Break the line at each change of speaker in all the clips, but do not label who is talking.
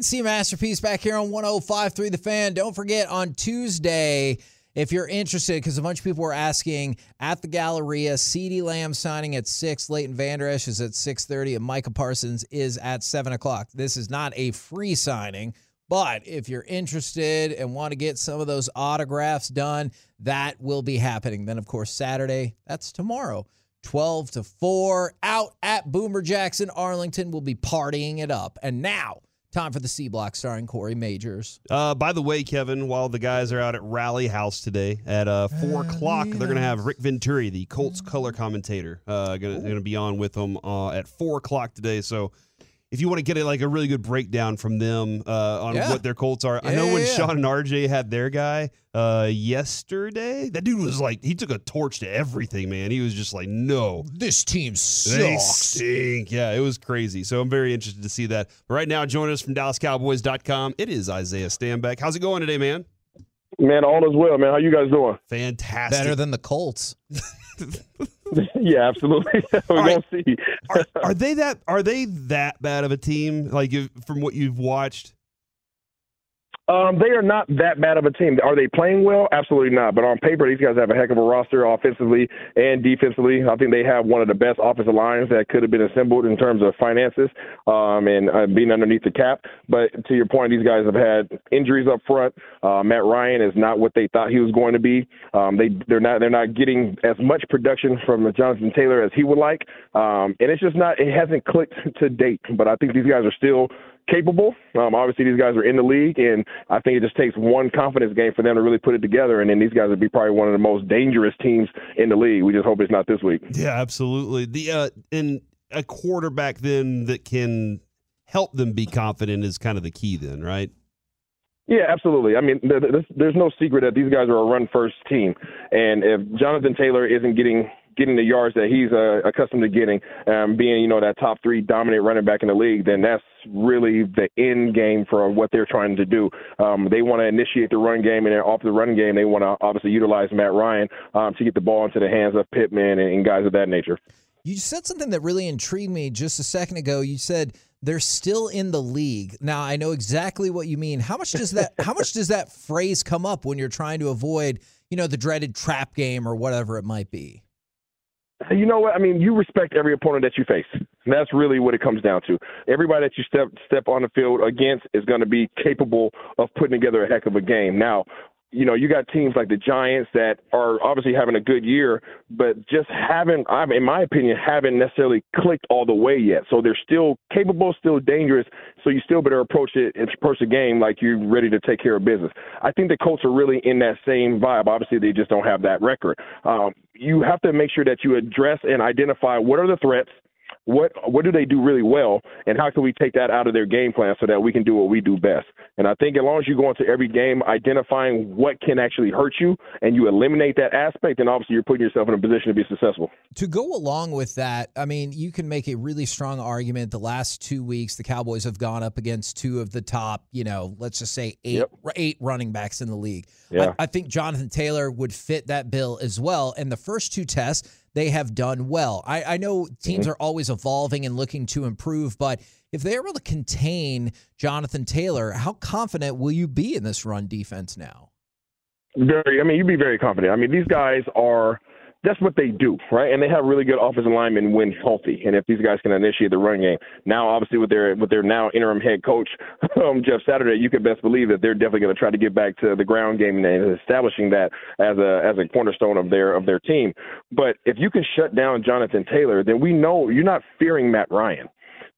C Masterpiece back here on 1053 The Fan. Don't forget on Tuesday, if you're interested, because a bunch of people were asking at the Galleria, CD Lamb signing at 6, Leighton Vander Esch is at 6.30, and Micah Parsons is at 7 o'clock. This is not a free signing, but if you're interested and want to get some of those autographs done, that will be happening. Then, of course, Saturday, that's tomorrow. 12 to 4 out at Boomer Jackson Arlington. We'll be partying it up. And now, time for the C Block starring Corey Majors.
Uh, by the way, Kevin, while the guys are out at Rally House today at uh, four o'clock, they're going to have Rick Venturi, the Colts
Mm-hmm.
color commentator, uh, going to be on with them uh, at four o'clock today. So. If you want to get a, like a really good breakdown from them uh, on
Yeah.
what their Colts are, I
Yeah,
know
yeah,
when
yeah.
Sean and RJ had their guy uh, yesterday, that dude was like he took a torch to everything, man. He was just like, no,
This team
They
sucks.
stink. Yeah, it was crazy. So I'm very interested to see that. But right now, joining us from DallasCowboys.com, it is Isaiah Stanback. How's it going today, man?
Man, all is well, man. How you guys doing?
Fantastic.
Better than the Colts.
yeah, absolutely. We're
All right.
gonna see.
are, are they that? Are they that bad of a team? Like if, from what you've watched?
Um, they are not that bad of a team. Are they playing well? Absolutely not. But on paper, these guys have a heck of a roster offensively and defensively. I think they have one of the best offensive lines that could have been assembled in terms of finances um, and uh, being underneath the cap. But to your point, these guys have had injuries up front. Uh, Matt Ryan is not what they thought he was going to be. Um, they they're not they're not getting as much production from Jonathan Taylor as he would like. Um, and it's just not it hasn't clicked to date. But I think these guys are still capable. Um, obviously, these guys are in the league, and I think it just takes one confidence game for them to really put it together. And then these guys would be probably one of the most dangerous teams in the league. We just hope it's not this week.
Yeah, absolutely. The uh, and a quarterback then that can help them be confident is kind of the key. Then right?
Yeah, absolutely. I mean, th- th- this- there's no secret that these guys are a run-first team, and if Jonathan Taylor isn't getting getting the yards that he's uh, accustomed to getting, um, being you know that top three dominant running back in the league, then that's really the end game for what they're trying to do. Um, they want to initiate the run game, and then off the run game, they want to obviously utilize Matt Ryan um, to get the ball into the hands of Pittman and, and guys of that nature.
You said something that really intrigued me just a second ago. You said they're still in the league. Now I know exactly what you mean. How much does that how much does that phrase come up when you're trying to avoid, you know, the dreaded trap game or whatever it might be?
you know what? I mean, you respect every opponent that you face. And that's really what it comes down to. Everybody that you step step on the field against is going to be capable of putting together a heck of a game. Now, you know, you got teams like the Giants that are obviously having a good year, but just haven't, I in my opinion, haven't necessarily clicked all the way yet. So they're still capable, still dangerous. So you still better approach it, approach the game like you're ready to take care of business. I think the Colts are really in that same vibe. Obviously, they just don't have that record. Um, you have to make sure that you address and identify what are the threats, what what do they do really well, and how can we take that out of their game plan so that we can do what we do best. And I think as long as you go into every game identifying what can actually hurt you and you eliminate that aspect, then obviously you're putting yourself in a position to be successful.
To go along with that, I mean, you can make a really strong argument. The last two weeks, the Cowboys have gone up against two of the top, you know, let's just say eight
Yep.
eight running backs in the league.
Yeah.
I, I think Jonathan Taylor would fit that bill as well. And the first two tests, they have done well. I, I know teams
Mm-hmm.
are always evolving and looking to improve, but if they're able to contain Jonathan Taylor, how confident will you be in this run defense now?
Very, I mean, you'd be very confident. I mean, these guys are. That's what they do, right? And they have really good offensive linemen when healthy. And if these guys can initiate the run game, now obviously with their with their now interim head coach um, Jeff Saturday, you can best believe that they're definitely going to try to get back to the ground game and establishing that as a as a cornerstone of their of their team. But if you can shut down Jonathan Taylor, then we know you're not fearing Matt Ryan.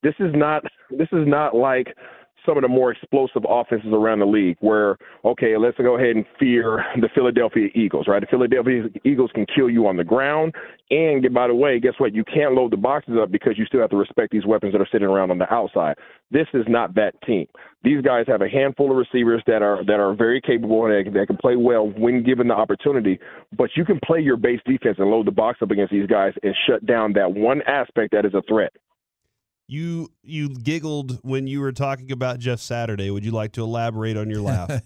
This is not this is not like some of the more explosive offenses around the league where, okay, let's go ahead and fear the Philadelphia Eagles, right? The Philadelphia Eagles can kill you on the ground. And get, by the way, guess what? You can't load the boxes up because you still have to respect these weapons that are sitting around on the outside. This is not that team. These guys have a handful of receivers that are that are very capable and that, that can play well when given the opportunity. But you can play your base defense and load the box up against these guys and shut down that one aspect that is a threat.
You you giggled when you were talking about Jeff Saturday. Would you like to elaborate on your laugh?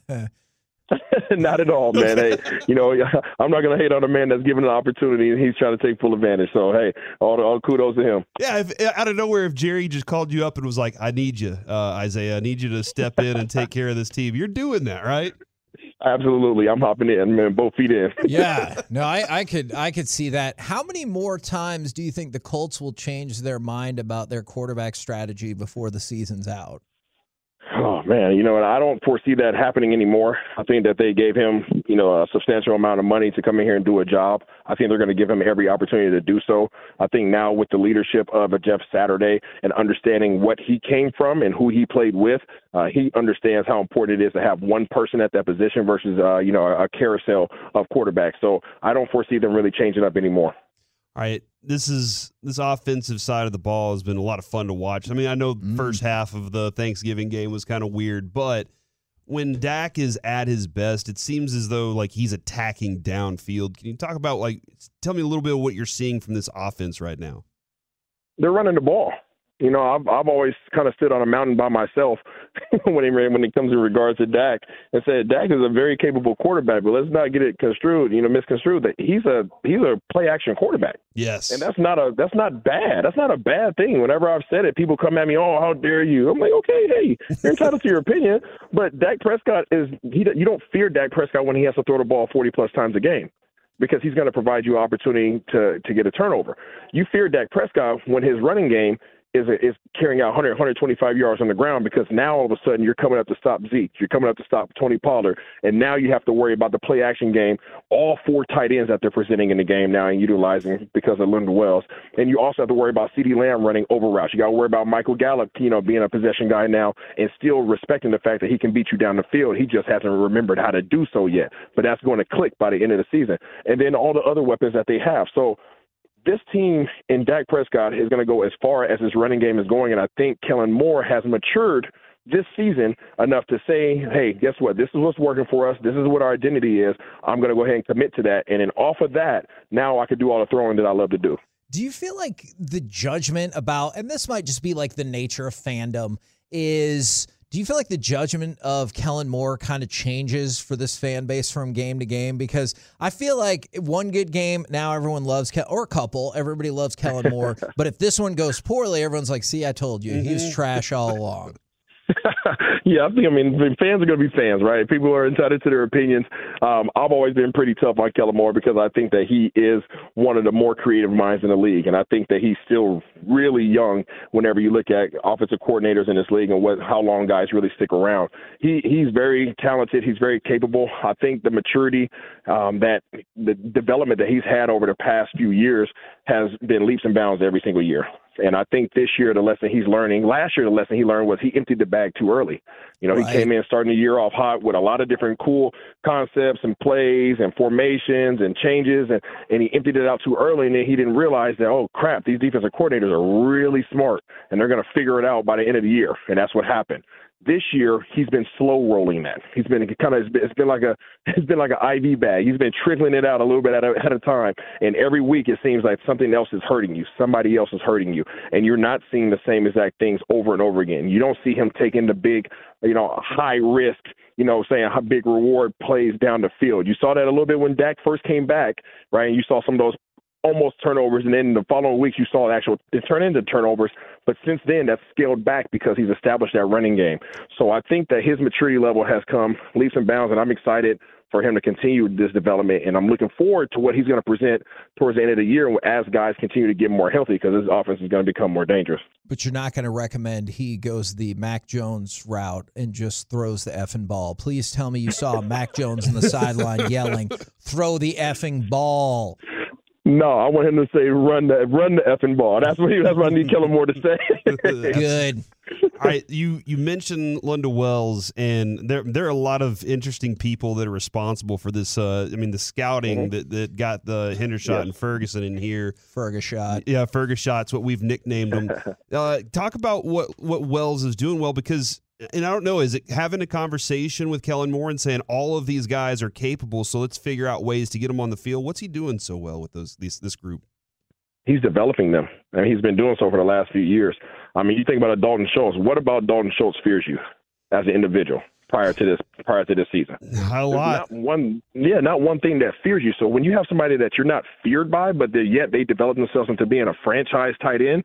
not at all, man. hey, you know, I'm not going to hate on a man that's given an opportunity and he's trying to take full advantage. So, hey, all, all kudos to him.
Yeah, if, eh, out of nowhere, if Jerry just called you up and was like, "I need you, uh, Isaiah. I need you to step in and take care of this team," you're doing that, right?
Absolutely, I'm hopping in, man. Both feet in.
yeah, no, I, I could, I could see that. How many more times do you think the Colts will change their mind about their quarterback strategy before the season's out?
Oh man, you know, and I don't foresee that happening anymore. I think that they gave him, you know, a substantial amount of money to come in here and do a job. I think they're going to give him every opportunity to do so. I think now with the leadership of a Jeff Saturday and understanding what he came from and who he played with, uh, he understands how important it is to have one person at that position versus, uh, you know, a, a carousel of quarterbacks. So I don't foresee them really changing up anymore.
All right, this is this offensive side of the ball has been a lot of fun to watch. I mean, I know the
Mm.
first half of the Thanksgiving game was kind of weird, but when Dak is at his best, it seems as though like he's attacking downfield. Can you talk about like tell me a little bit of what you're seeing from this offense right now?
they're running the ball. You know, I've I've always kind of stood on a mountain by myself when it when it comes in regards to Dak, and said Dak is a very capable quarterback, but let's not get it construed, you know, misconstrued that he's a he's a play action quarterback,
Yes.
and that's not a that's not bad. That's not a bad thing. Whenever I've said it, people come at me, oh, how dare you? I'm like, okay, hey, you're entitled to your opinion, but Dak Prescott is he you don't fear Dak Prescott when he has to throw the ball 40 plus times a game because he's going to provide you opportunity to to get a turnover. You fear Dak Prescott when his running game is is carrying out 100 125 yards on the ground because now all of a sudden you're coming up to stop Zeke, you're coming up to stop Tony Pollard, and now you have to worry about the play action game. All four tight ends that they're presenting in the game now and utilizing because of Linda Wells, and you also have to worry about CeeDee Lamb running over routes. You got to worry about Michael Gallup, you know, being a possession guy now and still respecting the fact that he can beat you down the field. He just hasn't remembered how to do so yet, but that's going to click by the end of the season. And then all the other weapons that they have. So this team in Dak Prescott is going to go as far as his running game is going, and I think Kellen Moore has matured this season enough to say, hey, guess what? This is what's working for us. This is what our identity is. I'm going to go ahead and commit to that. And then off of that, now I can do all the throwing that I love to do.
Do you feel like the judgment about, and this might just be like the nature of fandom, is do you feel like the judgment of Kellen Moore kind of changes for this fan base from game to game? Because I feel like one good game, now everyone loves, Ke- or a couple, everybody loves Kellen Moore. but if this one goes poorly, everyone's like, see, I told you, he was trash all along.
yeah, I think I mean fans are going to be fans, right? People are entitled to their opinions. Um, I've always been pretty tough on Kellen Moore because I think that he is one of the more creative minds in the league, and I think that he's still really young. Whenever you look at offensive coordinators in this league and what how long guys really stick around, he he's very talented. He's very capable. I think the maturity, um, that the development that he's had over the past few years has been leaps and bounds every single year. And I think this year the lesson he's learning, last year the lesson he learned was he emptied the bag too early. You know,
Right.
he came in starting the year off hot with a lot of different cool concepts and plays and formations and changes, and and he emptied it out too early, and then he didn't realize that oh crap, these defensive coordinators are really smart and they're going to figure it out by the end of the year, and that's what happened. This year, he's been slow rolling that. He's been kind of it's been like a it's been like an IV bag. He's been trickling it out a little bit at a, at a time, and every week it seems like something else is hurting you. Somebody else is hurting you, and you're not seeing the same exact things over and over again. You don't see him taking the big, you know, high risk, you know, saying how big reward plays down the field. You saw that a little bit when Dak first came back, right? And you saw some of those almost turnovers, and then the following weeks you saw it actual it turn into turnovers. But since then, that's scaled back because he's established that running game. So I think that his maturity level has come leaps and bounds, and I'm excited for him to continue this development. And I'm looking forward to what he's going to present towards the end of the year as guys continue to get more healthy because this offense is going to become more dangerous.
But you're not going to recommend he goes the Mac Jones route and just throws the effing ball. Please tell me you saw Mac Jones on the sideline yelling, throw the effing ball.
No, I want him to say run the run the effing ball. That's what he, that's what I need Kellen Moore to say.
Good.
All right, you you mentioned Linda Wells, and there there are a lot of interesting people that are responsible for this. Uh, I mean, the scouting that, that got the Hendershot
Yes.
and Ferguson in here.
Fergus shot.
Yeah, Fergus Shot's what we've nicknamed him. uh, talk about what what Wells is doing well because, and I don't know, is it having a conversation with Kellen Moore and saying all of these guys are capable, so let's figure out ways to get them on the field. What's he doing so well with those these this group?
he's developing them, and he's been doing so for the last few years. I mean, you think about a Dalton Schultz. What about Dalton Schultz fears you as an individual? prior to this prior to this season.
A lot.
Not one, yeah, not one thing that fears you. So when you have somebody that you're not feared by, but they, yet they develop themselves into being a franchise tight end,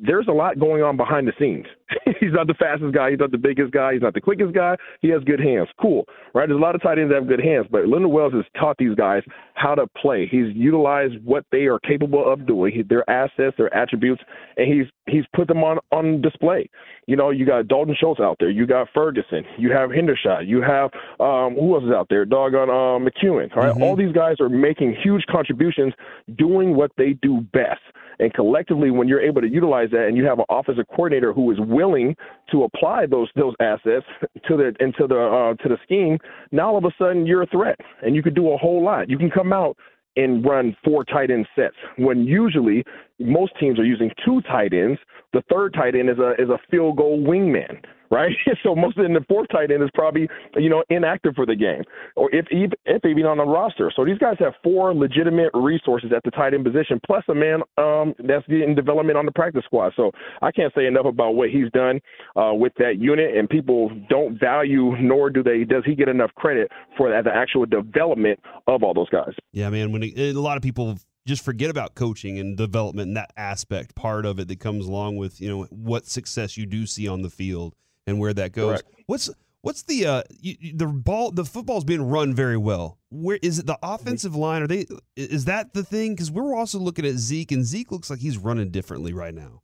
there's a lot going on behind the scenes. he's not the fastest guy. He's not the biggest guy. He's not the quickest guy. He has good hands. Cool, right? There's a lot of tight ends that have good hands, but Linda Wells has taught these guys how to play. He's utilized what they are capable of doing, he- their assets, their attributes, and he's he's put them on on display. You know, you got Dalton Schultz out there. You got Ferguson. You have Hendershot. You have um, who else is out there? Doggone uh, McEwen. All right? all these guys are making huge contributions, doing what they do best. And collectively, when you're able to utilize that, and you have an offensive coordinator who is willing to apply those those assets to the into the uh, to the scheme, now all of a sudden you're a threat, and you can do a whole lot. You can come out and run four tight end sets when usually most teams are using two tight ends. The third tight end is a is a field goal wingman, right? so most in the fourth tight end is probably you know inactive for the game, or if ev- if even on the roster. So these guys have four legitimate resources at the tight end position, plus a man um, that's in development on the practice squad. So I can't say enough about what he's done uh, with that unit, and people don't value nor do they does he get enough credit for that, the actual development of all those guys.
Yeah, man. When it, a lot of people just forget about coaching and development and that aspect part of it that comes along with you know what success you do see on the field and where that goes. What's what's the uh you, you- the ball the football's being run very well. Where is it the offensive line? Are they is that the thing? Because we're also looking at Zeke and Zeke looks like he's running differently right now.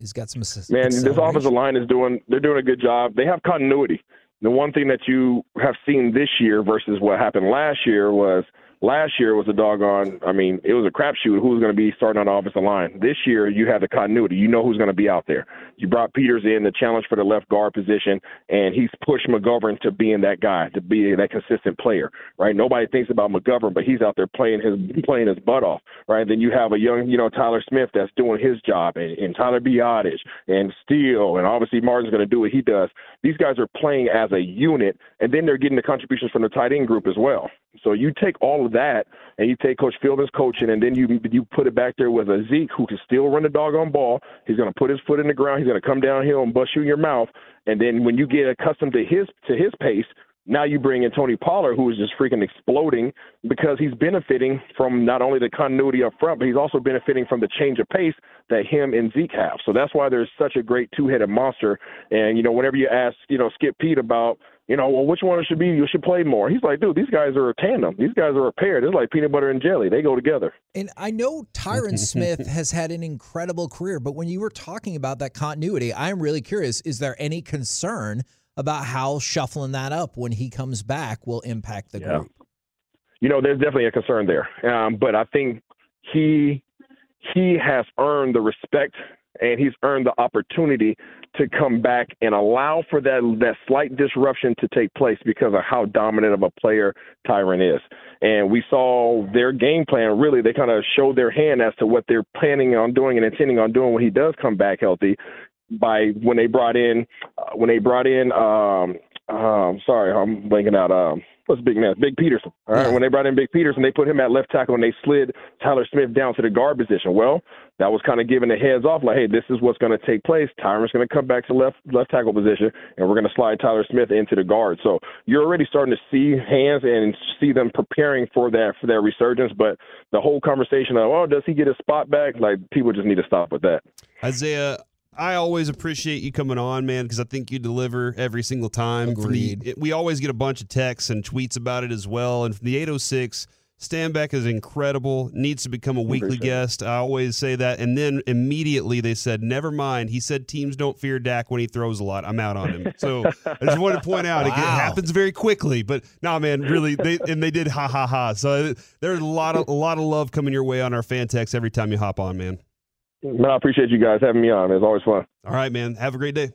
He's got some assist.
Man, this offensive line is doing they're doing a good job. They have continuity. The one thing that you have seen this year versus what happened last year was last year was a doggone I mean, it was a crapshoot who was gonna be starting on the offensive line. This year you have the continuity. You know who's gonna be out there. You brought Peters in to challenge for the left guard position and he's pushed McGovern to being that guy, to be that consistent player. Right? Nobody thinks about McGovern, but he's out there playing his playing his butt off. Right? Then you have a young, you know, Tyler Smith that's doing his job and, and Tyler Biotis and Steele and obviously Martin's gonna do what he does. These guys are playing as a unit and then they're getting the contributions from the tight end group as well. So you take all of that and you take Coach Fielding's coaching and then you you put it back there with a Zeke who can still run the doggone ball. He's gonna put his foot in the ground, he's gonna come downhill and bust you in your mouth. And then when you get accustomed to his to his pace, now you bring in Tony Pollard, who is just freaking exploding because he's benefiting from not only the continuity up front, but he's also benefiting from the change of pace that him and Zeke have. So that's why there's such a great two-headed monster. And you know, whenever you ask, you know, Skip Pete about, you know, well, which one should be, you should play more. He's like, dude, these guys are a tandem. These guys are a pair. They're like peanut butter and jelly. They go together.
And I know Tyron Smith has had an incredible career, but when you were talking about that continuity, I'm really curious is there any concern about how shuffling that up when he comes back will impact the
Yeah.
group?
you know, there's definitely a concern there. Um, but I think he he has earned the respect and he's earned the opportunity to come back and allow for that that slight disruption to take place because of how dominant of a player Tyron is. And we saw their game plan really they kind of showed their hand as to what they're planning on doing and intending on doing when he does come back healthy by when they brought in uh, when they brought in um um sorry I'm blanking out um what's big man Big Peterson all right
Yeah.
when they brought in Big Peterson they put him at left tackle and they slid Tyler Smith down to the guard position well that was kind of giving the heads off like hey this is what's going to take place Tyron's going to come back to left left tackle position and we're going to slide Tyler Smith into the guard so you're already starting to see hands and see them preparing for that for their resurgence but the whole conversation of oh does he get his spot back like people just need to stop with that
Isaiah, I always appreciate you coming on, man, because I think you deliver every single time. From the-
Agreed.
it- we always get a bunch of texts and tweets about it as well. And from the 806, Standback is incredible, needs to become a weekly
Appreciate it.
guest. I always say that. And then immediately they said, never mind. He said teams don't fear Dak when he throws a lot. I'm out on him. So I just wanted to point out, it, it
Wow.
happens very quickly. But nah, man, really, they and they did ha ha ha. So there's a lot of a lot of love coming your way on our fan text every time you hop on, man.
But I appreciate you guys having me on. It's always fun.
All right, man. Have a great day.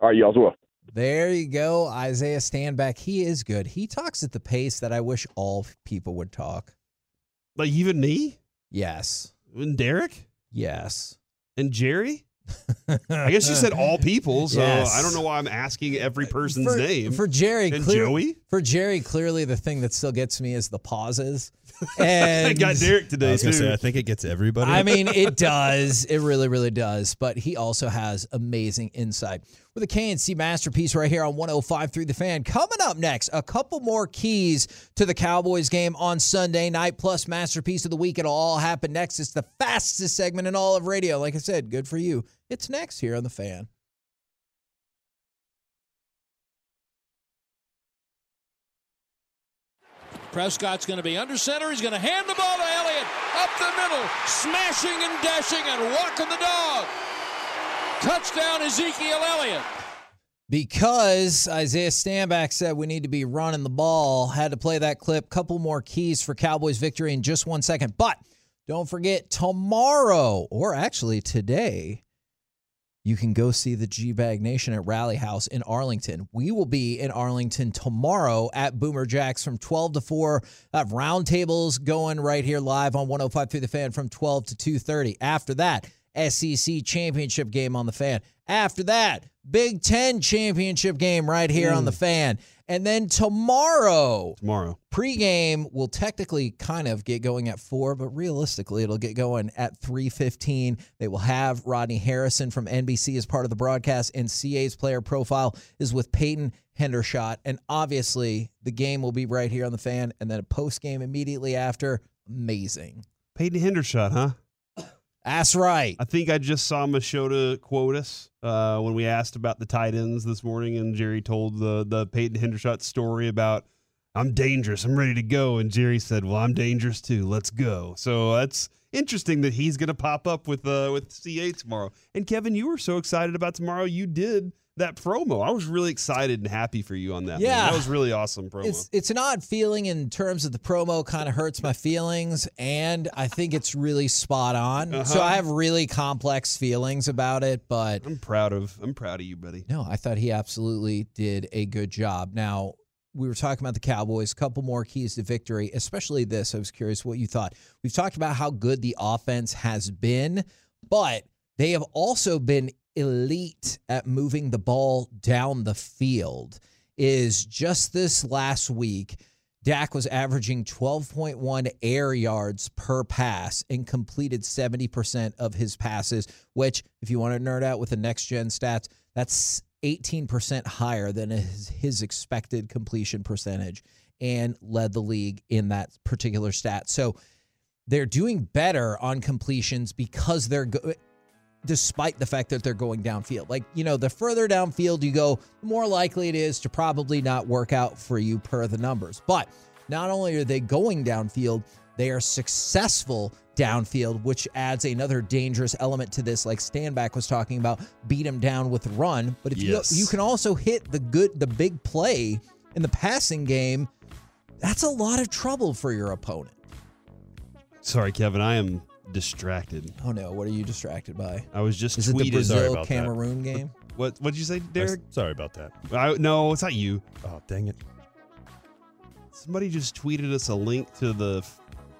All right, y'all as well.
There you go, Isaiah Standback. He is good. He talks at the pace that I wish all people would talk.
Like even me
Yes.
and Derek
Yes.
and Jerry. I guess you said all people, so
Yes.
I don't know why I'm asking every person's
for,
name.
For Jerry,
and
clear-
Joey.
for Jerry, clearly the thing that still gets me is the pauses. And
I got Derek
I
today
was
too.
gonna say I think it gets everybody.
I mean, it does. It really, really does. But he also has amazing insight. With a KNC masterpiece right here on 105 through the fan. Coming up next, a couple more keys to the Cowboys game on Sunday night, plus masterpiece of the week. It'll all happen next. It's the fastest segment in all of radio. Like I said, good for you. It's next here on the fan.
Prescott's going to be under center. He's going to hand the ball to Elliott. Up the middle, smashing and dashing and walking the dog. Touchdown, Ezekiel Elliott.
because Isaiah Standback said we need to be running the ball. Had to play that clip. Couple more keys for Cowboys victory in just one second. But don't forget tomorrow, or actually today, you can go see the G Bag Nation at Rally House in Arlington. We will be in Arlington tomorrow at Boomer Jacks from 12 to 4. I have roundtables going right here live on 105 through the fan from 12 to 2:30. After that, SEC championship game on the fan. After that, Big Ten championship game right here on the fan. And then tomorrow,
Tomorrow.
pregame will technically kind of get going at four, but realistically, it'll get going at three fifteen. They will have Rodney Harrison from NBC as part of the broadcast, and CA's player profile is with Peyton Hendershot. And obviously, the game will be right here on the fan, and then a post game immediately after. Amazing.
Peyton Hendershot, huh?
That's right.
I think I just saw Machota quote us uh, when we asked about the tight ends this morning, and Jerry told the the Peyton Hendershot story about I'm dangerous, I'm ready to go, and Jerry said, "Well, I'm dangerous too. Let's go." So that's interesting that he's going to pop up with uh, with CA tomorrow. And Kevin, you were so excited about tomorrow, you did that promo. I was really excited and happy for you on that. man.
Yeah.
that was really awesome promo.
It's it's an odd feeling in terms of the promo kind of hurts my feelings and I think it's really spot on. So
Uh-huh.
I have really complex feelings about it, but
I'm proud of I'm proud of you, buddy.
No, I thought he absolutely did a good job. Now, we were talking about the Cowboys, couple more keys to victory, especially this. I was curious what you thought. We've talked about how good the offense has been, but they have also been elite at moving the ball down the field. Is just this last week, Dak was averaging 12.1 air yards per pass and completed 70% of his passes, which, if you want to nerd out with the next gen stats, that's 18% higher than his, his expected completion percentage and led the league in that particular stat. So they're doing better on completions because they're go- despite the fact that they're going downfield. Like, you know, the further downfield you go, the more likely it is to probably not work out for you per the numbers. But not only are they going downfield, they are successful downfield, which adds another dangerous element to this. Like Standback was talking about, beat him down with run. But if
Yes.
you you can also hit the good the big play in the passing game, that's a lot of trouble for your opponent.
Sorry, Kevin, I am distracted.
Oh no, what are you distracted by?
I was just
Is it
tweeted.
the
Sorry
Brazil
about that.
Cameroon game?
What what'd you say,
I-
Derek?
sorry about that.
I, no, it's not you.
Oh dang it!
Somebody just tweeted us a link to the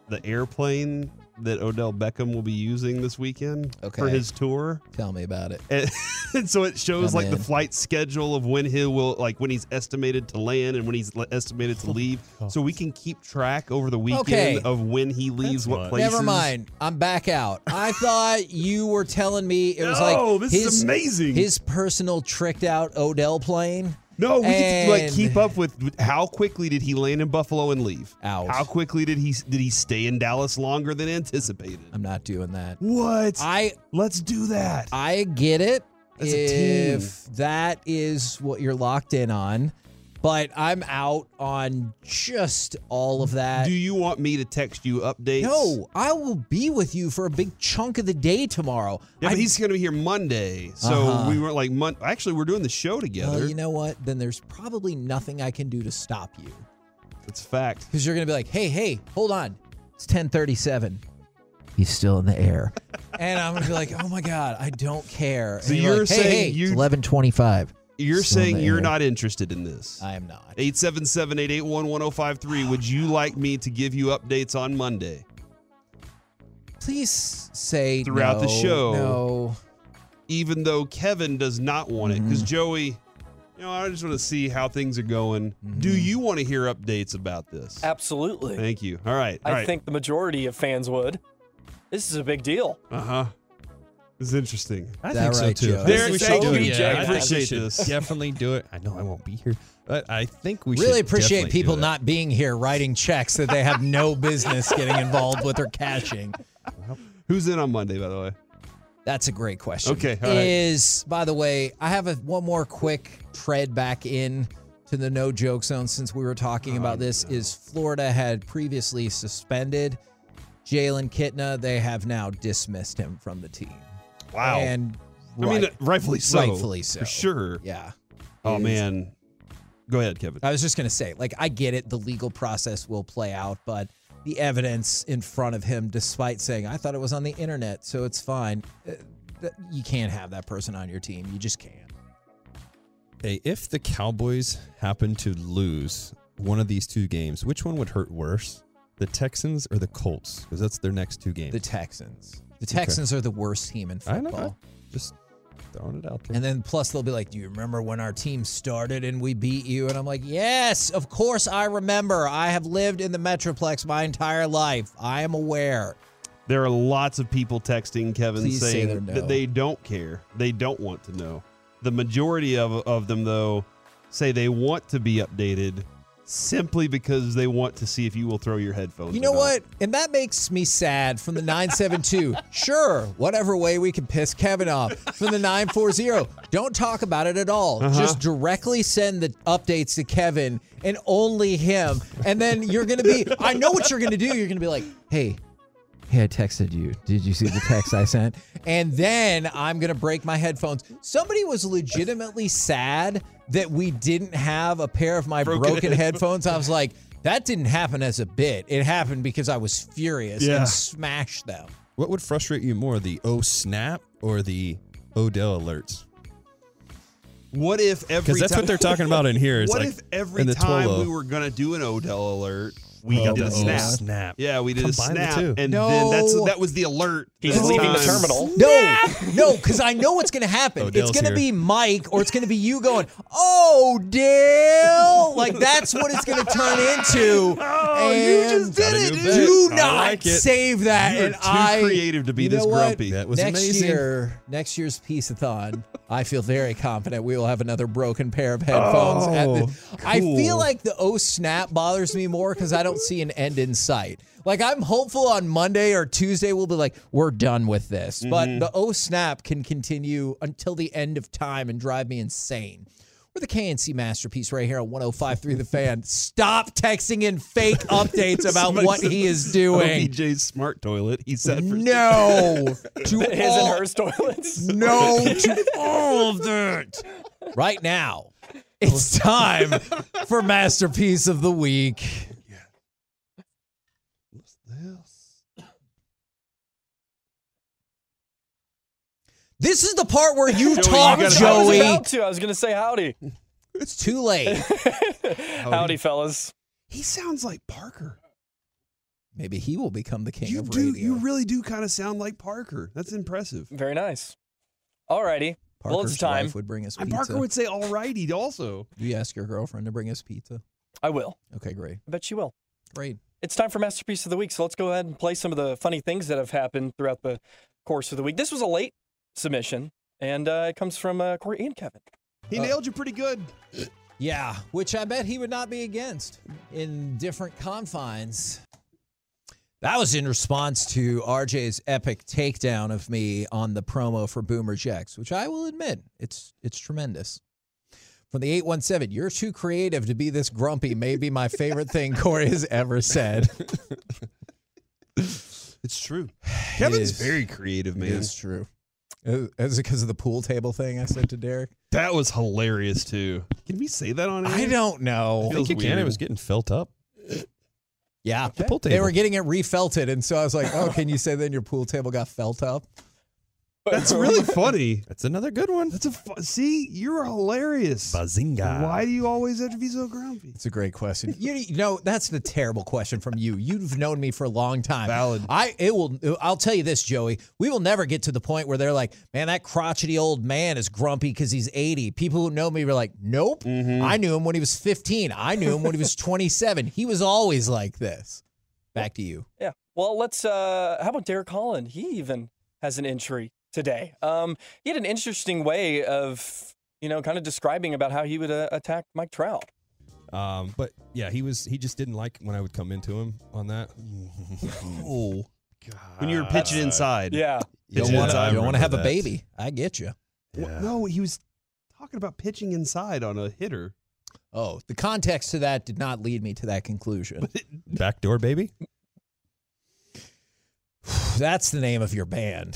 the airplane that Odell Beckham will be using this weekend for
Okay.
his tour.
Tell me about it.
And, and so it shows
Oh,
like
man.
the flight schedule of when he will like when he's estimated to land and when he's le- estimated to leave. So we can keep track over the weekend
Oh, Okay.
of when he leaves,
That's
what
nice.
places.
Never mind. I'm back out. I thought you were telling me it was like
No, this is
his,
amazing.
His personal tricked out Odell plane.
No, we can like
And-
keep up with with how quickly did he land in Buffalo and leave?
Ouch.
How quickly did he did he stay in Dallas longer than anticipated?
I'm not doing that.
What?
I
Let's do that.
I get it.
As a team.
if that is what you're locked in on, but I'm out on just all of that.
Do you want me to text you updates?
no, I will be with you for a big chunk of the day tomorrow.
Yeah,
I
but he's going to be here Monday. So
Uh-huh.
we were like, mon- actually, we're doing the show together.
well, you know what? Then there's probably nothing I can do to stop you.
it's a fact.
because you're gonna be like, "Hey, hey, hold on, it's 10:37. He's still in the air." and I'm gonna be like, "Oh my god, I don't care." And
So
like,
you're
hey,
saying
hey,
you-
it's 11:25.
You're
Still
saying
there.
you're not interested in this.
I am not.
877 881 1053. Would you like me to give you updates on Monday?
Please say
Throughout the
no,
show.
No, Mm-hmm.
Even though Kevin does not want it. Because Joey, You know, I just want to see how things are going. Do
Mm-hmm.
you want to hear updates about this?
Absolutely.
Thank you. All right. All
I
right.
think the majority of fans would. This is a big deal.
Uh huh. This is interesting.
I
That right, Joe.
I think
There,
we should
thank
do
you,
it.
Jack.
I think we
Appreciate
should
this.
Definitely do it. I know I won't be here, but I think we should
really appreciate
definitely do
people
it.
not being here writing checks that they have no business getting involved with or cashing.
Who's in on Monday, by the way?
That's a great question.
Okay, all right.
Is by the way, I have a one more quick tread back in to the no joke zone since we were talking about
Oh,
this. Is Florida had previously suspended Jalen Kitna. They have now dismissed him from the team.
Wow.
And
I mean,
right-
rightfully so.
Rightfully so.
For sure.
yeah.
Oh,
Is-
man. Go ahead, Kevin.
I was just gonna say, like, I get it, the legal process will play out, but the evidence in front of him, despite saying, I thought it was on the internet, so it's fine. uh, th- You can't have that person on your team. You just can't.
Hey, if the Cowboys happen to lose one of these two games, which one would hurt worse? The Texans or the Colts? Because that's their next two games.
The Texans. The Texans are the worst team in
I know.
football.
Just throwing it out there.
And then plus they'll be like, Do you remember when our team started and we beat you? And I'm like, Yes, of course I remember. I have lived in the Metroplex my entire life. I am aware.
There are lots of people texting Kevin
Please say
saying
they're no.
that they don't care. They don't want to know. The majority of, of them, though, say they want to be updated simply because they want to see if you will throw your headphones.
You
or
know
not.
what? And that makes me sad from the 972. sure, whatever way we can piss Kevin off. From the 940, don't talk about it at all. Just directly send the updates to Kevin and only him. And then you're going to be, I know what you're going to do. You're going to be like, hey, Hey, I texted you. Did you see the text I sent? And then I'm going to break my headphones. Somebody was legitimately sad that we didn't have a pair of my broken, headphones. I was like, that didn't happen as a bit. It happened because I was furious
Yeah.
and smashed them.
What would frustrate you more, the O snap or the Odell alerts?
What if every
Because that's
ti-
what they're talking about in here. It's
what
like
if every
in the
time
12
we were gonna do an Odell alert, we
Oh,
got did a
the
snap?
Odell snap.
Yeah, we did
Combine
a
the
snap,
two.
and
No.
then that's that was the alert.
He's
this
leaving the
time.
terminal.
No, no, because I know what's going to happen.
Odell's
it's going to
here.
be Mike or it's going to be you going, oh, Dale. Like, that's what it's going to turn into. Oh,
you just did
Gotta
it,
do
dude.
better.
Do
I
not
like it.
save that.
You are
and
too
I
creative to be
you
this
know what?
grumpy.
That was
next
amazing.
year, next year's Peace-a-thon, I feel very confident we will have another broken pair of headphones. at the, I feel
cool.
like the oh snap bothers me more because I don't see an end in sight. Like I'm hopeful on Monday or Tuesday we'll be like we're done with this, but the oh snap can continue until the end of time and drive me insane. We're the KNC masterpiece right here on 105.3 The Fan. Stop texting in fake updates about
Somebody
what
said
he is doing.
OBJ's smart toilet. He said for
No, to
His
all,
and hers toilets.
no to all of that. Right now, it's time for masterpiece of the week. This is the part where you
Joey,
talk,
you gotta-
I was
Joey.
about to. I was gonna say howdy.
It's too late.
Howdy, fellas.
He sounds like Parker.
Maybe he will become the king
You
of
do.
radio.
You really do kind of sound like Parker. That's impressive.
Very nice. Alrighty.
Parker's
well, it's time.
wife would bring us
And
pizza.
Parker would say, "All righty." Also,
Do you ask your girlfriend to bring us pizza?
I will.
Okay, great,
I bet you will.
great.
It's time for Masterpiece of the Week, so let's go ahead and play some of the funny things that have happened throughout the course of the week. This was a late submission, and uh, it comes from uh, Corey and Kevin.
he nailed you pretty good.
Yeah, which I bet he would not be against in different confines. That was in response to RJ's epic takedown of me on the promo for Boomer Jacks, which I will admit, it's it's tremendous. From the 817, you're too creative to be this grumpy may be my favorite thing Corey has ever said.
It's true. Kevin's
is.
very creative, man.
true. Is Uh, is it because of the pool table thing I said to Derek?
That was hilarious too. Can we say that on?
I
air?
don't know.
I think you
Feels
can. It
weird.
was getting felt up.
Yeah.
The pool
They
table.
were getting it refelted, and so I was like, "Oh, can you say then your pool table got felt up?"
That's really funny.
That's another good one.
That's a fu- see. You're hilarious.
Bazinga.
Why do you always have to be so grumpy?
It's a great question. You, you know, that's a terrible question from you. You've known me for a long time.
Valid.
I it will. I'll tell you this, Joey. We will never get to the point where they're like, "Man, that crotchety old man is grumpy because he's 80." People who know me were like, "Nope.
Mm-hmm.
I knew him when he was 15. I knew him when he was 27. He was always like this." Back to you.
Yeah. Well, let's. Uh, how about Derek Holland? He even has an entry today. Um, he had an interesting way of, you know, kind of describing about how he would uh, attack Mike Trout.
Um, but yeah, he was he just didn't like when I would come into him on that.
Oh, when you were pitching inside.
Yeah.
You
Pitching
don't want
inside.
to. You don't want
remember
to have a
that.
baby. I get you.
Wha-
Yeah.
No, he was talking about pitching inside on a hitter.
Oh, the context to that did not lead me to that conclusion.
Backdoor baby.
That's the name of your band.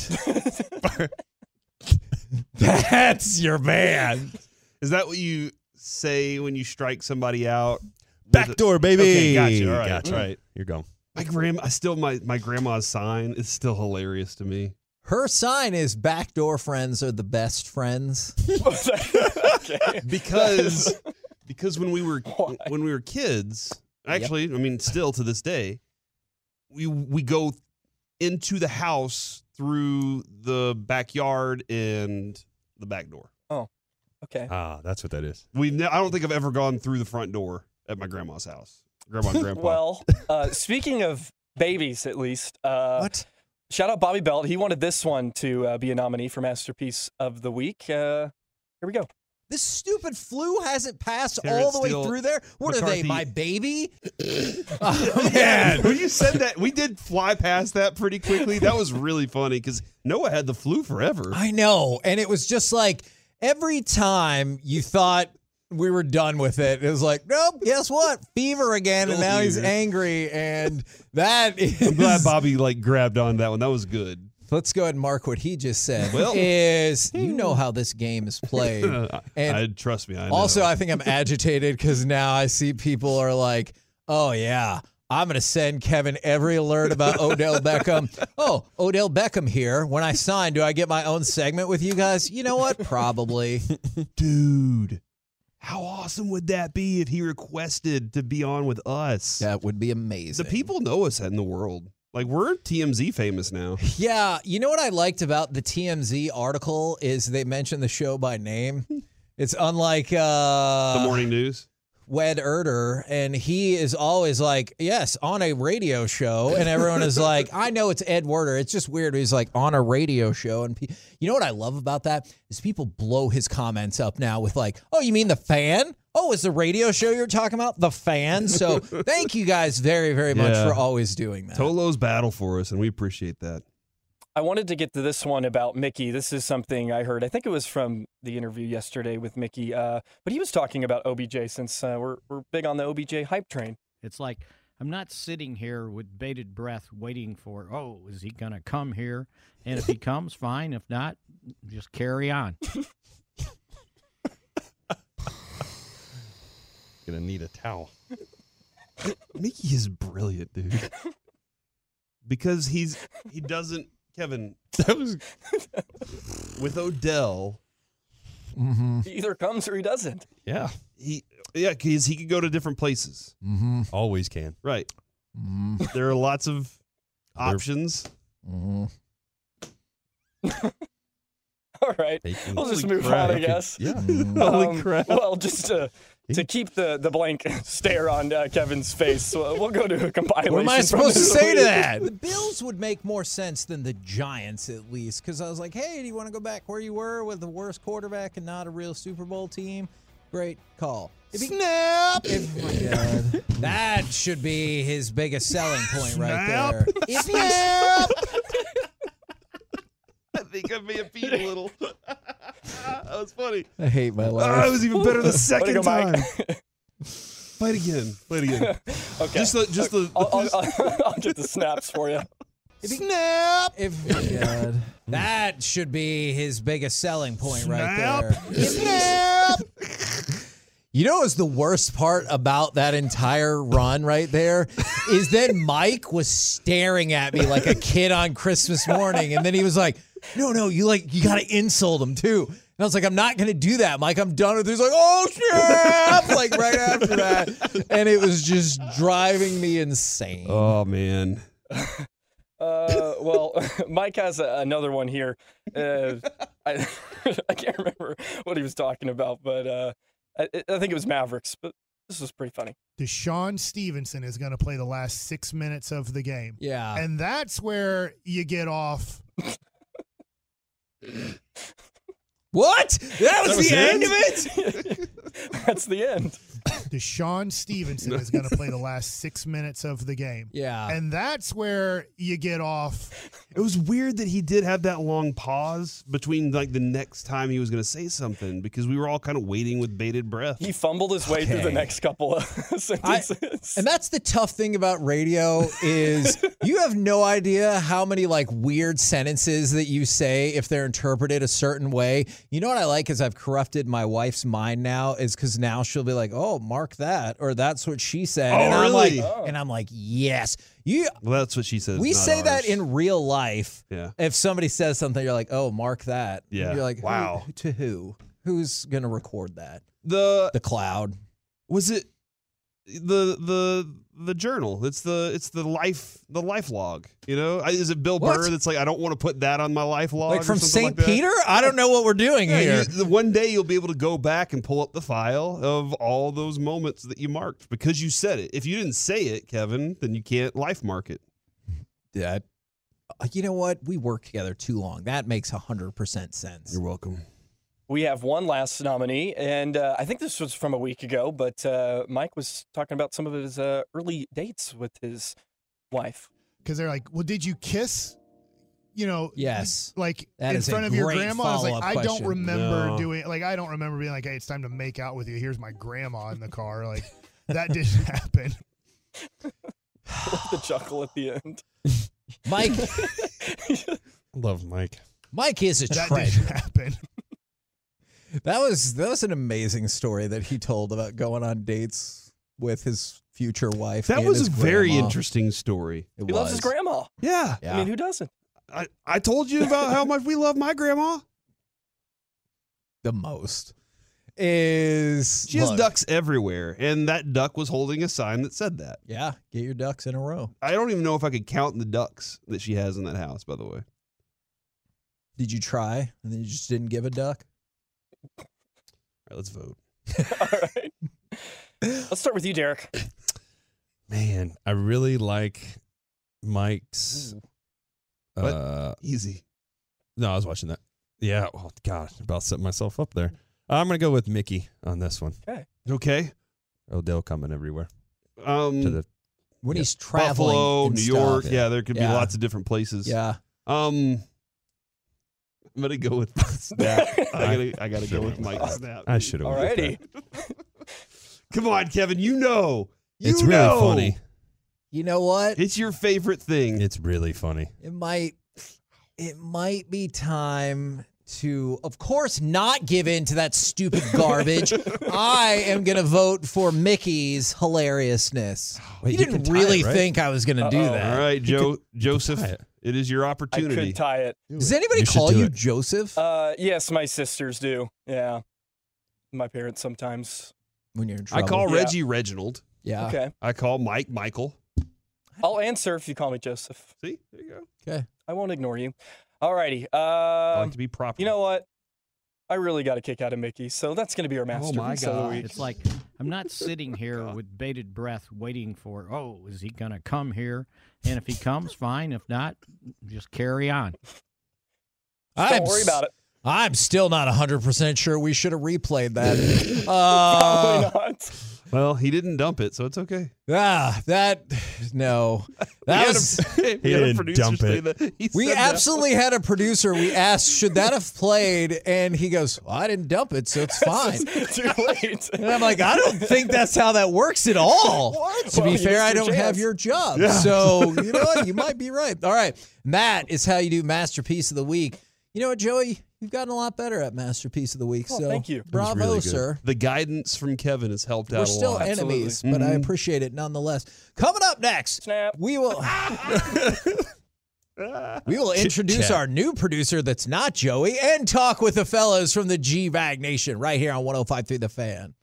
That's your band.
Is that what you say when you strike somebody out?
Backdoor baby.
Okay, gotcha. All right,
Gotcha.
all right.
You're going.
My grandma, I still my my grandma's sign is still hilarious to me.
Her sign is backdoor friends are the best friends.
okay.
because because when we were
Why?
when we were kids, actually, I mean, still to this day, we we go into the house through the backyard and the back door.
Okay.
Ah, that's what that is.
We've ne- I don't think I've ever gone through the front door at my grandma's house. Grandma and grandpa.
Well, uh, speaking of babies, at least. Uh,
What?
Shout out Bobby Belt. He wanted this one to uh, be a nominee for Masterpiece of the Week. Uh, here we go.
This stupid flu hasn't passed
Terrence
all the way
Steele,
through there. What are they,
McCarthy-
my baby? oh,
Man,
man.
when you said that, we did fly past that pretty quickly. That was really funny because Noah had the flu forever.
I know. And it was just like every time you thought we were done with it, it was like, nope, guess what? Fever again. and
Still
now he's
fever.
angry. And that is.
I'm glad Bobby like grabbed on that one. That was good.
Let's go ahead and mark what he just said.
Well-
is you know how this game is played. And
I, trust me. I know.
also, I think I'm agitated because now I see people are like, "Oh yeah, I'm gonna send Kevin every alert about Odell Beckham." Oh, Odell Beckham here. When I sign, do I get my own segment with you guys? You know what? Probably.
dude, how awesome would that be if he requested to be on with us?
That would be amazing.
The people know us in the world. Like we're TMZ famous now.
Yeah, you know what I liked about the TMZ article is they mentioned the show by name. It's unlike uh,
the morning news.
Wed Erder, and he is always like, "Yes, on a radio show," and everyone is like, "I know it's Ed Werder." It's just weird. He's like on a radio show, and pe- you know what I love about that is people blow his comments up now with like, "Oh, you mean the fan? Oh, is the radio show you're talking about the fan?" So thank you guys very, very much
Yeah.
for always doing that.
Tolo's battle for us, and we appreciate that.
I wanted to get to this one about Mickey. This is something I heard. I think it was from the interview yesterday with Mickey, uh, but he was talking about OBJ since uh, we're, we're big on the OBJ hype train.
It's like I'm not sitting here with bated breath waiting for, oh, is he going to come here? And if he comes, fine. If not, just carry on.
Gonna need a towel.
Mickey is brilliant, dude. because he's he doesn't Kevin
That was
with Odell.
Mm-hmm.
He either comes or he doesn't.
yeah.
He yeah, because he could go to different places.
Mm-hmm.
Always can.
Right.
Mm-hmm.
There are lots of
There-
options.
Mm-hmm.
All right.
Taking-
We'll just
Holy
move
crap.
on, I guess.
Yeah.
Um, Well, just to, to keep the, the blank stare on uh, Kevin's face, we'll, we'll go to a compilation.
What am I
from
supposed to
this
say to
week.
that? The Bills would make more sense than the Giants, at least, because I was like, hey, do you want to go back where you were with the worst quarterback and not a real Super Bowl team? Great call. Snap! oh That should be his biggest selling point right there. If Snap!
I think I may have beat a little. that was funny.
I hate my
Ah, it was even better the
Way to
second
go, Mike.
time. Play it again. Play it again.
Okay.
Just the just the,
I'll, I'll, I'll, I'll get the snaps for you.
Snap! Oh, If That should be his biggest selling point right there. Snap! You know what's the worst part about that entire run right there? Is then Mike was staring at me like a kid on Christmas morning, and then he was like, no, no, you like you gotta insult him too. And I was like, I'm not gonna do that, Mike. I'm done with this. He's like, oh snap! like right after that, and it was just driving me insane.
Oh man.
Uh, well, Mike has a, another one here. Uh, I, I can't remember what he was talking about, but uh, I, I think it was Mavericks. But this was pretty funny.
Deshaun Stevenson is going to play the last six minutes of the game.
Yeah.
And that's where you get off.
What? That was, the end of it?
That's the end.
Deshaun Stevenson is going to play the last six minutes of the game.
Yeah.
And that's where you get off.
It was weird that he did have that long pause between like the next time he was going to say something because we were all kind of waiting with bated breath.
He fumbled his way through the
Okay.
next couple of
I-
sentences.
And that's the tough thing about radio is you have no idea how many like weird sentences that you say if they're interpreted a certain way. You know what I like is I've corrupted my wife's mind now is because now she'll be like, "Oh, mark that," or "That's what she said,"
Oh,
and I'm
really?
like, and I'm like, "Yes, you."
well, that's what she says.
we
not
say that
ours.
in real life.
Yeah.
If somebody says something, you're like, "Oh, mark that."
Yeah.
You're like, who-
Wow.
To who? Who's gonna record that?
the
The cloud.
was it the the the journal. It's the it's the life the life log. You know, I, is it Bill
What?
Burr that's like I don't want to put that on my life log
Like
or
from
something
St.
like that?
Peter? I don't know what we're doing
Yeah,
here.
you- the one day you'll be able to go back and pull up the file of all those moments that you marked because you said it. If you didn't say it, Kevin, then you can't life mark it.
Yeah. I- uh, You know what? We worked together too long. That makes 100% sense.
welcome.
we have one last nominee, and uh, I think this was from a week ago, but uh, Mike was talking about some of his uh, early dates with his wife.
Because they're like, well, did you kiss? You know,
Yes.
like
That
in
is a
front of your
great
grandma. I was like,
follow-up
I don't
question.
remember
No.
doing like I don't remember being like, hey, it's time to make out with you. Here's my grandma in the car. Like that didn't happen.
the chuckle at the end.
Mike
Love Mike.
Mike is a
That
treasure.
didn't happen.
That was that was an amazing story that he told about going on dates with his future wife.
That
and
was
his
a very
grandma.
interesting story.
It
He
was.
loves his grandma.
Yeah.
Yeah.
I mean, who doesn't?
I, I told you about how much we love my grandma.
the most is
She has
look,
ducks everywhere, and that duck was holding a sign that said that.
Yeah, get your ducks in a row.
I don't even know if I could count the ducks that she has in that house, by the way.
Did you try and then you just didn't give a duck?
All right, let's vote.
All right. Let's start with you, Derek.
Man, I really like Mike's.
What?
Uh,
Easy.
no, I was watching that. Yeah. Oh God, about setting myself up there. I'm gonna go with Mickey on this one.
Okay.
Odell coming everywhere
Um,
to the
When
Yeah.
he's traveling,
Buffalo,
and
New
stuff.
York. Yeah, there could
Yeah.
be lots of different places.
yeah.
Um, I'm gonna go with snap. I gotta, I gotta go with Mike snap.
I should have.
Alrighty.
Come on, Kevin. You know, you
It's really
know.
funny.
You know what?
It's your favorite thing.
It's really funny.
it might it might be time to of course not give in to that stupid garbage i am going to vote for mickey's hilariousness you
Wait, you
didn't
can tie
really
it, right?
think i was going to do
Uh-oh.
that
All right, Joe, Joseph.
tie it.
it is your
I
opportunity.
could tie it.
does anybody
You should
call
do
you
it.
joseph
Uh, yes, my sisters do. Yeah. My parents sometimes.
when you're in
I
trouble
call
Yeah.
Reggie Reginald.
yeah
Okay.
I call Mike Michael.
I'll answer if you call me Joseph.
See, there you go.
I won't ignore you. All righty.
Oh,
I
Uh,
like to be proper.
you know what? I really got a kick out of Mickey, so that's going to be our
Oh,
masterpiece
my
of the
God.
week.
It's like I'm
Oh
not sitting here with bated breath waiting for, oh, is he going to come here? And if he comes, fine. If not, just carry on.
Don't
I'm
worry
s-
about it.
i'm still not 100% sure we should have replayed that
Probably
uh,
not.
well, he didn't dump it, so it's okay.
ah, that no that
We had
was
a- we had a
didn't
producer
dump
say
it.
that. He
We
said that.
absolutely had a producer. We asked, should that have played? And he goes, well, I didn't dump it, so it's fine.
Too late.
And I'm like, I don't think that's how that works at all.
What?
To be
Well, you
fair,
missed
I
your
don't have
chance.
your job. So, you know what? You might be right. All right. And That is how you do Masterpiece of the Week. You know what, Joey? You've gotten a lot better at Masterpiece of the Week.
Oh,
so
thank you. That was
Bravo,
really good.
sir.
the guidance from Kevin has helped out
We're
a
still
lot.
enemies, but
Mm-hmm.
I appreciate it nonetheless. Coming up next,
Snap.
we will We will introduce our new producer that's not Joey and talk with the fellows from the G Vag Nation right here on 105 Through the Fan.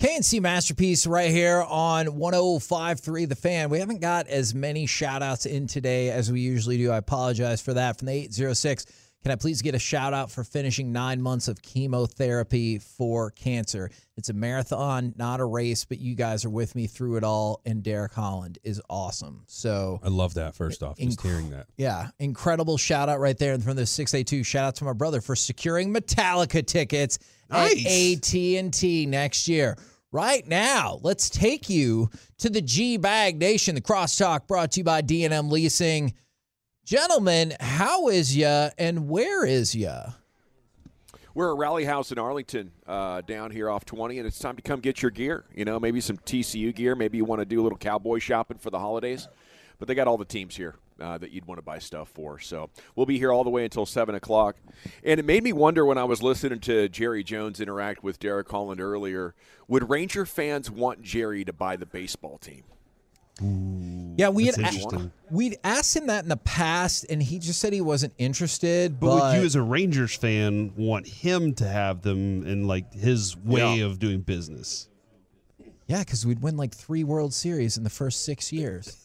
KNC Masterpiece right here on 1053 The Fan. We haven't got as many shout outs in today as we usually do. I apologize for that. From the 806, can I please get a shout out for finishing nine months of chemotherapy for cancer? It's a marathon, not a race, but you guys are with me through it all, and Derek Holland is awesome. So.
I love that. First off, just
Inc-
hearing that.
Yeah, incredible shout out right there. And from the 682, shout out to my brother for securing Metallica tickets at AT&T next year. Right now, let's take you to the G-Bag Nation, the crosstalk brought to you by D&M Leasing. Gentlemen, how is ya and where is ya?
We're at Rally House in Arlington, uh, down here off 20, and it's time to come get your gear. You know, maybe some TCU gear. Maybe you want to do a little cowboy shopping for the holidays. But they got all the teams here uh, that you'd want to buy stuff for. So we'll be here all the way until 7 o'clock. And it made me wonder when I was listening to Jerry Jones interact with Derek Holland earlier would Ranger fans want Jerry to buy the baseball team?
Yeah, we had
That's
a-
interesting.
we'd asked him that in the past, and he just said he wasn't interested. But,
But, would you, as a Rangers fan, want him to have them in like his way of doing business?
Yeah, because we'd win like three World Series in the first six years.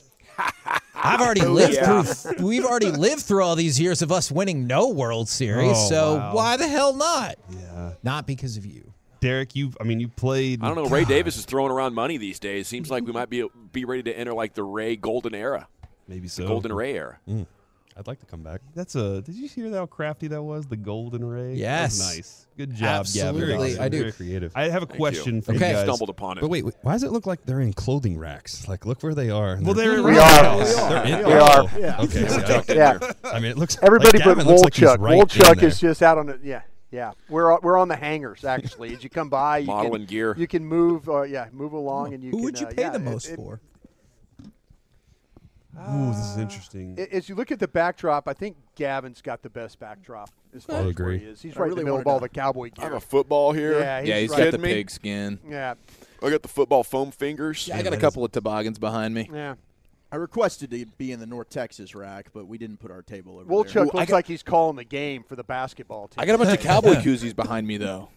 I've already
Oh,
lived through. We've already lived through all these years of us winning no World Series.
Oh,
so
wow.
why the hell not? Yeah. Not because of you.
Derek, you. I mean, you played.
I don't know. Ray Davis is throwing around money these days. Seems like we might be, be ready to enter like the Ray golden era,
Maybe so.
golden Ray era.
I'd like to come back.
That's a. Did you hear how crafty that was? The golden ray.
Yes.
That was nice. Good job, Gavin.
Absolutely, I do.
Very
creative.
I have a
Thank
question
you.
for
Okay.
you guys.
Stumbled upon it.
But wait, wait, why does it look like they're in clothing racks? Like, look where they are. and
Well,
they're,
they're
We are. We are.
they're in.
We are.
oh,
Yeah.
Okay. see, I,
Yeah.
I mean, it looks.
Everybody
like
but
Gavin looks like he's
Wolchuk.
right in
Wolchuk
there.
is just out on it. Yeah. Yeah. We're on- we're on the hangers actually. As you come by, you
Model
can,
and gear.
You can move. Uh, yeah, move along, and you.
Who
can,
would you
uh,
pay
yeah,
the
it-
most
it-
for?
Ooh, this is interesting.
i- As you look at the backdrop, I think Gavin's got the best backdrop. As far
I
as
agree.
where he is, he's right in the
really
middle of
wanted
all
to-
the cowboy
I have
gear.
a football here.
Yeah, he's,
yeah, he's
right.
got the
Kidding me?
pig skin.
Yeah,
I got the football foam fingers.
Yeah, I got a couple of toboggans behind me.
yeah.
I requested to be in the North Texas rack, but we didn't put our table over
Wolchuk
there.
looks like he's calling the game for the basketball team.
I got a bunch of cowboy koozies behind me, though.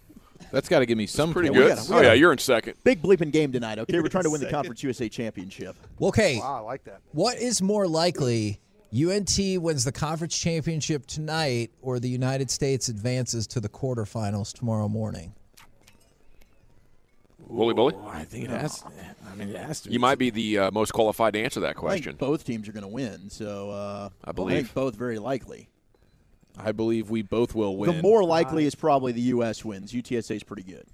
That's got to give me some.
Pretty
we
good.
got a- we
oh
got
yeah,
a
you're in second.
Big bleeping game tonight. Okay, we're trying to win the conference USA championship.
Well, okay.
Wow, I like that.
What is more likely? UNT wins the conference championship tonight, or the United States advances to the quarterfinals tomorrow morning.
Wooly bully.
I think it has. I mean, it has to.
You might be the uh, most qualified to answer that
I
question.
think both teams are going to win, so uh,
I believe.
think both very likely.
I believe we both will
The more likely is probably the U.S. wins. UTSA is pretty good.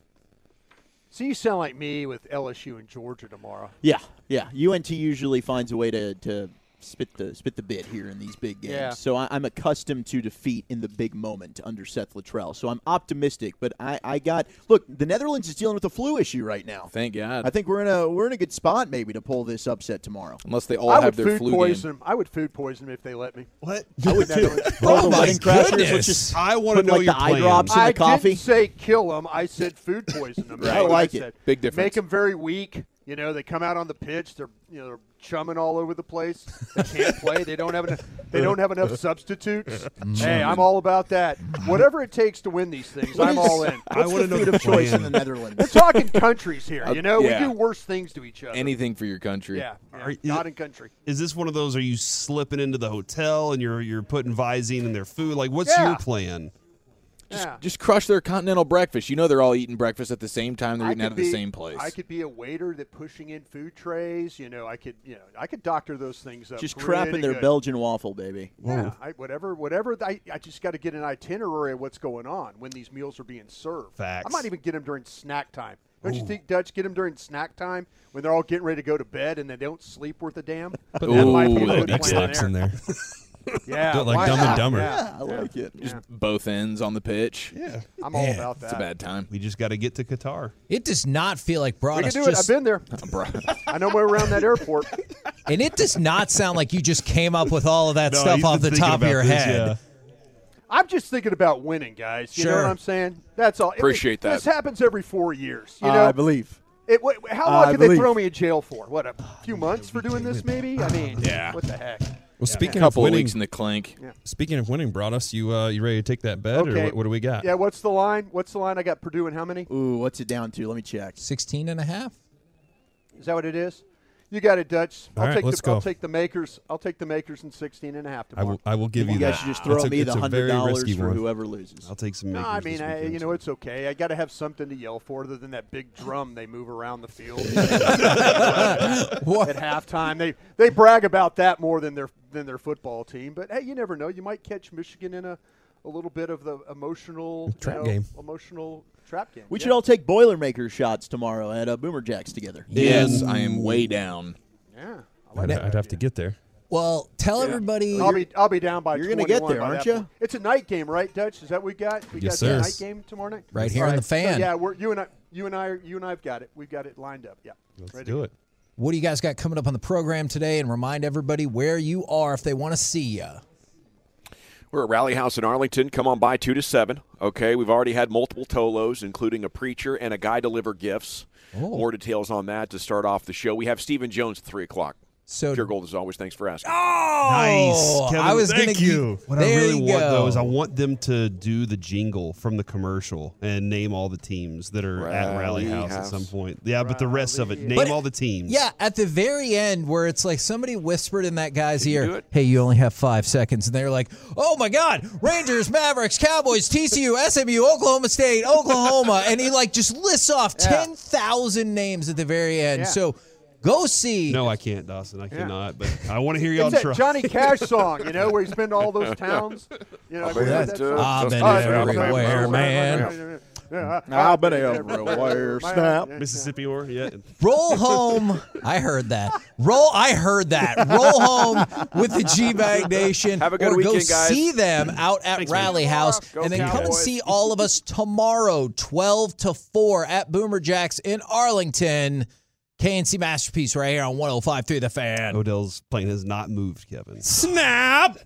So you sound like me with LSU and Georgia tomorrow.
Yeah, yeah. UNT usually finds a way to, to spit the spit the bid here in these big games.
Yeah.
So I, I'm accustomed to defeat in the big moment under Seth Luttrell. So I'm optimistic, but I, I got look. The Netherlands is dealing with a flu issue right now.
Thank God.
I think we're in a we're in a good spot maybe to pull this upset tomorrow.
Unless they all
I would food poison them. I would food poison them if they let me.
What?
I would too.
Oh my goodness.
I want to
Put,
know
like,
your
the eye
plan.
drops.
I
the coffee?
didn't say kill them. I said food poison them.
I like it.
Big difference.
Make them very weak. You know, they come out on the pitch. They're you know they're chumming all over the place. They can't play. They don't have enough. They don't have enough substitutes. hey, I'm all about that. Whatever it takes to win these things, I'm all in.
I
What's
want to
the
know
food
the
of choice
plan.
in the Netherlands?
We're talking countries here. You know,
Uh, yeah.
we do worse things to each other.
anything for your country.
yeah, yeah.
Are- is
not
it-
in country.
Is this one of those? Are you slipping into the hotel and you're you're putting Visine in their food? Like, what's
Yeah.
your plan?
yeah.
Just crush their continental breakfast. You know they're all eating breakfast at the same time. They're
I
eating
could
out of
be-
the same place.
I could be a waiter that pushing in food trays. You know, I could, you know, I could doctor those things up.
Just crap in
pretty
their
good.
Belgian waffle, baby.
Yeah, I, whatever, whatever. I, I just got to get an itinerary of what's going on when these meals are being served.
Facts.
I might even get them during snack time. Don't you think, Dutch? Get them during snack time when they're all getting ready to go to bed and they don't sleep worth a damn.
Put
That might be a
Ooh,
good
Meat
plan
snacks in there.
Yeah,
Do it like
why
Dumb and
not?
Dumber.
Yeah,
I like it.
Just both ends on the pitch.
yeah.
I'm all about that.
It's a bad time.
We just got to get to Qatar.
It does not feel like
We
brought
can
us
do
just,
it. I've been there. I know we're around that airport.
and it does not sound like you just came up with all of that
No,
stuff
he's
off the
been thinking
top of
about
your
this,
head.
yeah.
I'm just thinking about winning, guys. You
Sure.
know what I'm saying? That's all. It-
Appreciate that.
This happens every four years. You
Uh,
know,
I believe.
It, what, how
Uh,
long
I
could they
believe-
throw me in jail for? What a few months for doing this, maybe? I mean,
Yeah.
What the heck?
Well, speaking
Couple
of
of
winning,
weeks in the clink.
Speaking of winning, brought us you. Uh, you ready to take that bet, or what, what do we got?
Yeah, what's the line? What's the line? I got Purdue and how many?
Ooh, what's it down to? Let me check.
16 and a half.
Is that what it is? You got it, Dutch.
All
I'll
right,
take
let's
the, I'll
go.
take the makers. I'll take the makers in 16 and a half
I
tomorrow.
will. I will give
You
you.
guys
that.
should just throw
That's a-
me the
it's a very
$100
risky
for
one.
whoever loses.
I'll take some
No,
makers.
I mean,
this
I,
weekend.
you know, it's okay. I got to have something to yell for other than that big drum they move around the field
What?
at halftime. They they brag about that more than their than their football team. But hey, you never know. You might catch Michigan in a, a little bit of the emotional
Trap
you know,
game.
Emotional trap game.
We
yeah.
should all take Boilermaker shots tomorrow at uh, Boomer Jacks together.
Yes, I am way down.
Yeah. I like
I'd,
that.
I'd have to get there.
Well, tell everybody.
I'll be I'll be down by.
You're gonna get
21
there,
by
aren't
that
you?
point. It's a night game, right, Dutch? Is that what we got? We
Yes,
got the
sir.
night game tomorrow night.
Right here on
All
the fan.
So, yeah, we're you and I, you and I, you and I've got it. We've got it lined up. Yeah.
Let's
Ready.
do it.
What do you guys got coming up on the program today? And remind everybody where you are if they want to see you.
We're at Rally House in Arlington. Come on by two to seven. Okay, we've already had multiple tolos, including a preacher and a guy deliver gifts.
Oh.
More details on that to start off the show. We have Stephen Jones at three o'clock.
So-
Pure Gold, as always. Thanks for asking.
Oh,
Nice, Kevin.
I was
Thank
gonna
you.
gi-
What
there
I really
you
want
go.
though is I want them to do the jingle from the commercial and name all the teams that are at Rally
Rally
House, at
House.
some point. Yeah, but the rest of it, name
But-
all the teams.
Yeah, at the very end where it's like somebody whispered in that guy's
you do
ear,
it?
"Hey, you only have 5 seconds." And they're like, "Oh my god, Rangers, Mavericks, Cowboys, TCU, SMU, Oklahoma State, Oklahoma." and he like just lists off 10,000 names at the very end.
Yeah.
So go see
No, I can't, Dawson. I cannot. But I want to hear y'all
it's
try.
that Johnny Cash song, you know, where he's been to all those towns. You know,
been
that
to-
song.
I've
been
Oh, yeah,
everywhere,
yeah,
man.
yeah, yeah, yeah.
I've been everywhere, snap.
Mississippi War. Yeah.
Roll home. I heard that. Roll. I heard that. Roll home with the G Bag Nation.
Have a good
or
weekend,
go
guys.
see them out at Rally House,
Go
and then come and
Cowboys.
see all of us tomorrow, twelve to four at Boomer Jacks in Arlington. KNC masterpiece right here on 105.3 The Fan.
Odell's plane has not moved, Kevin.
Snap.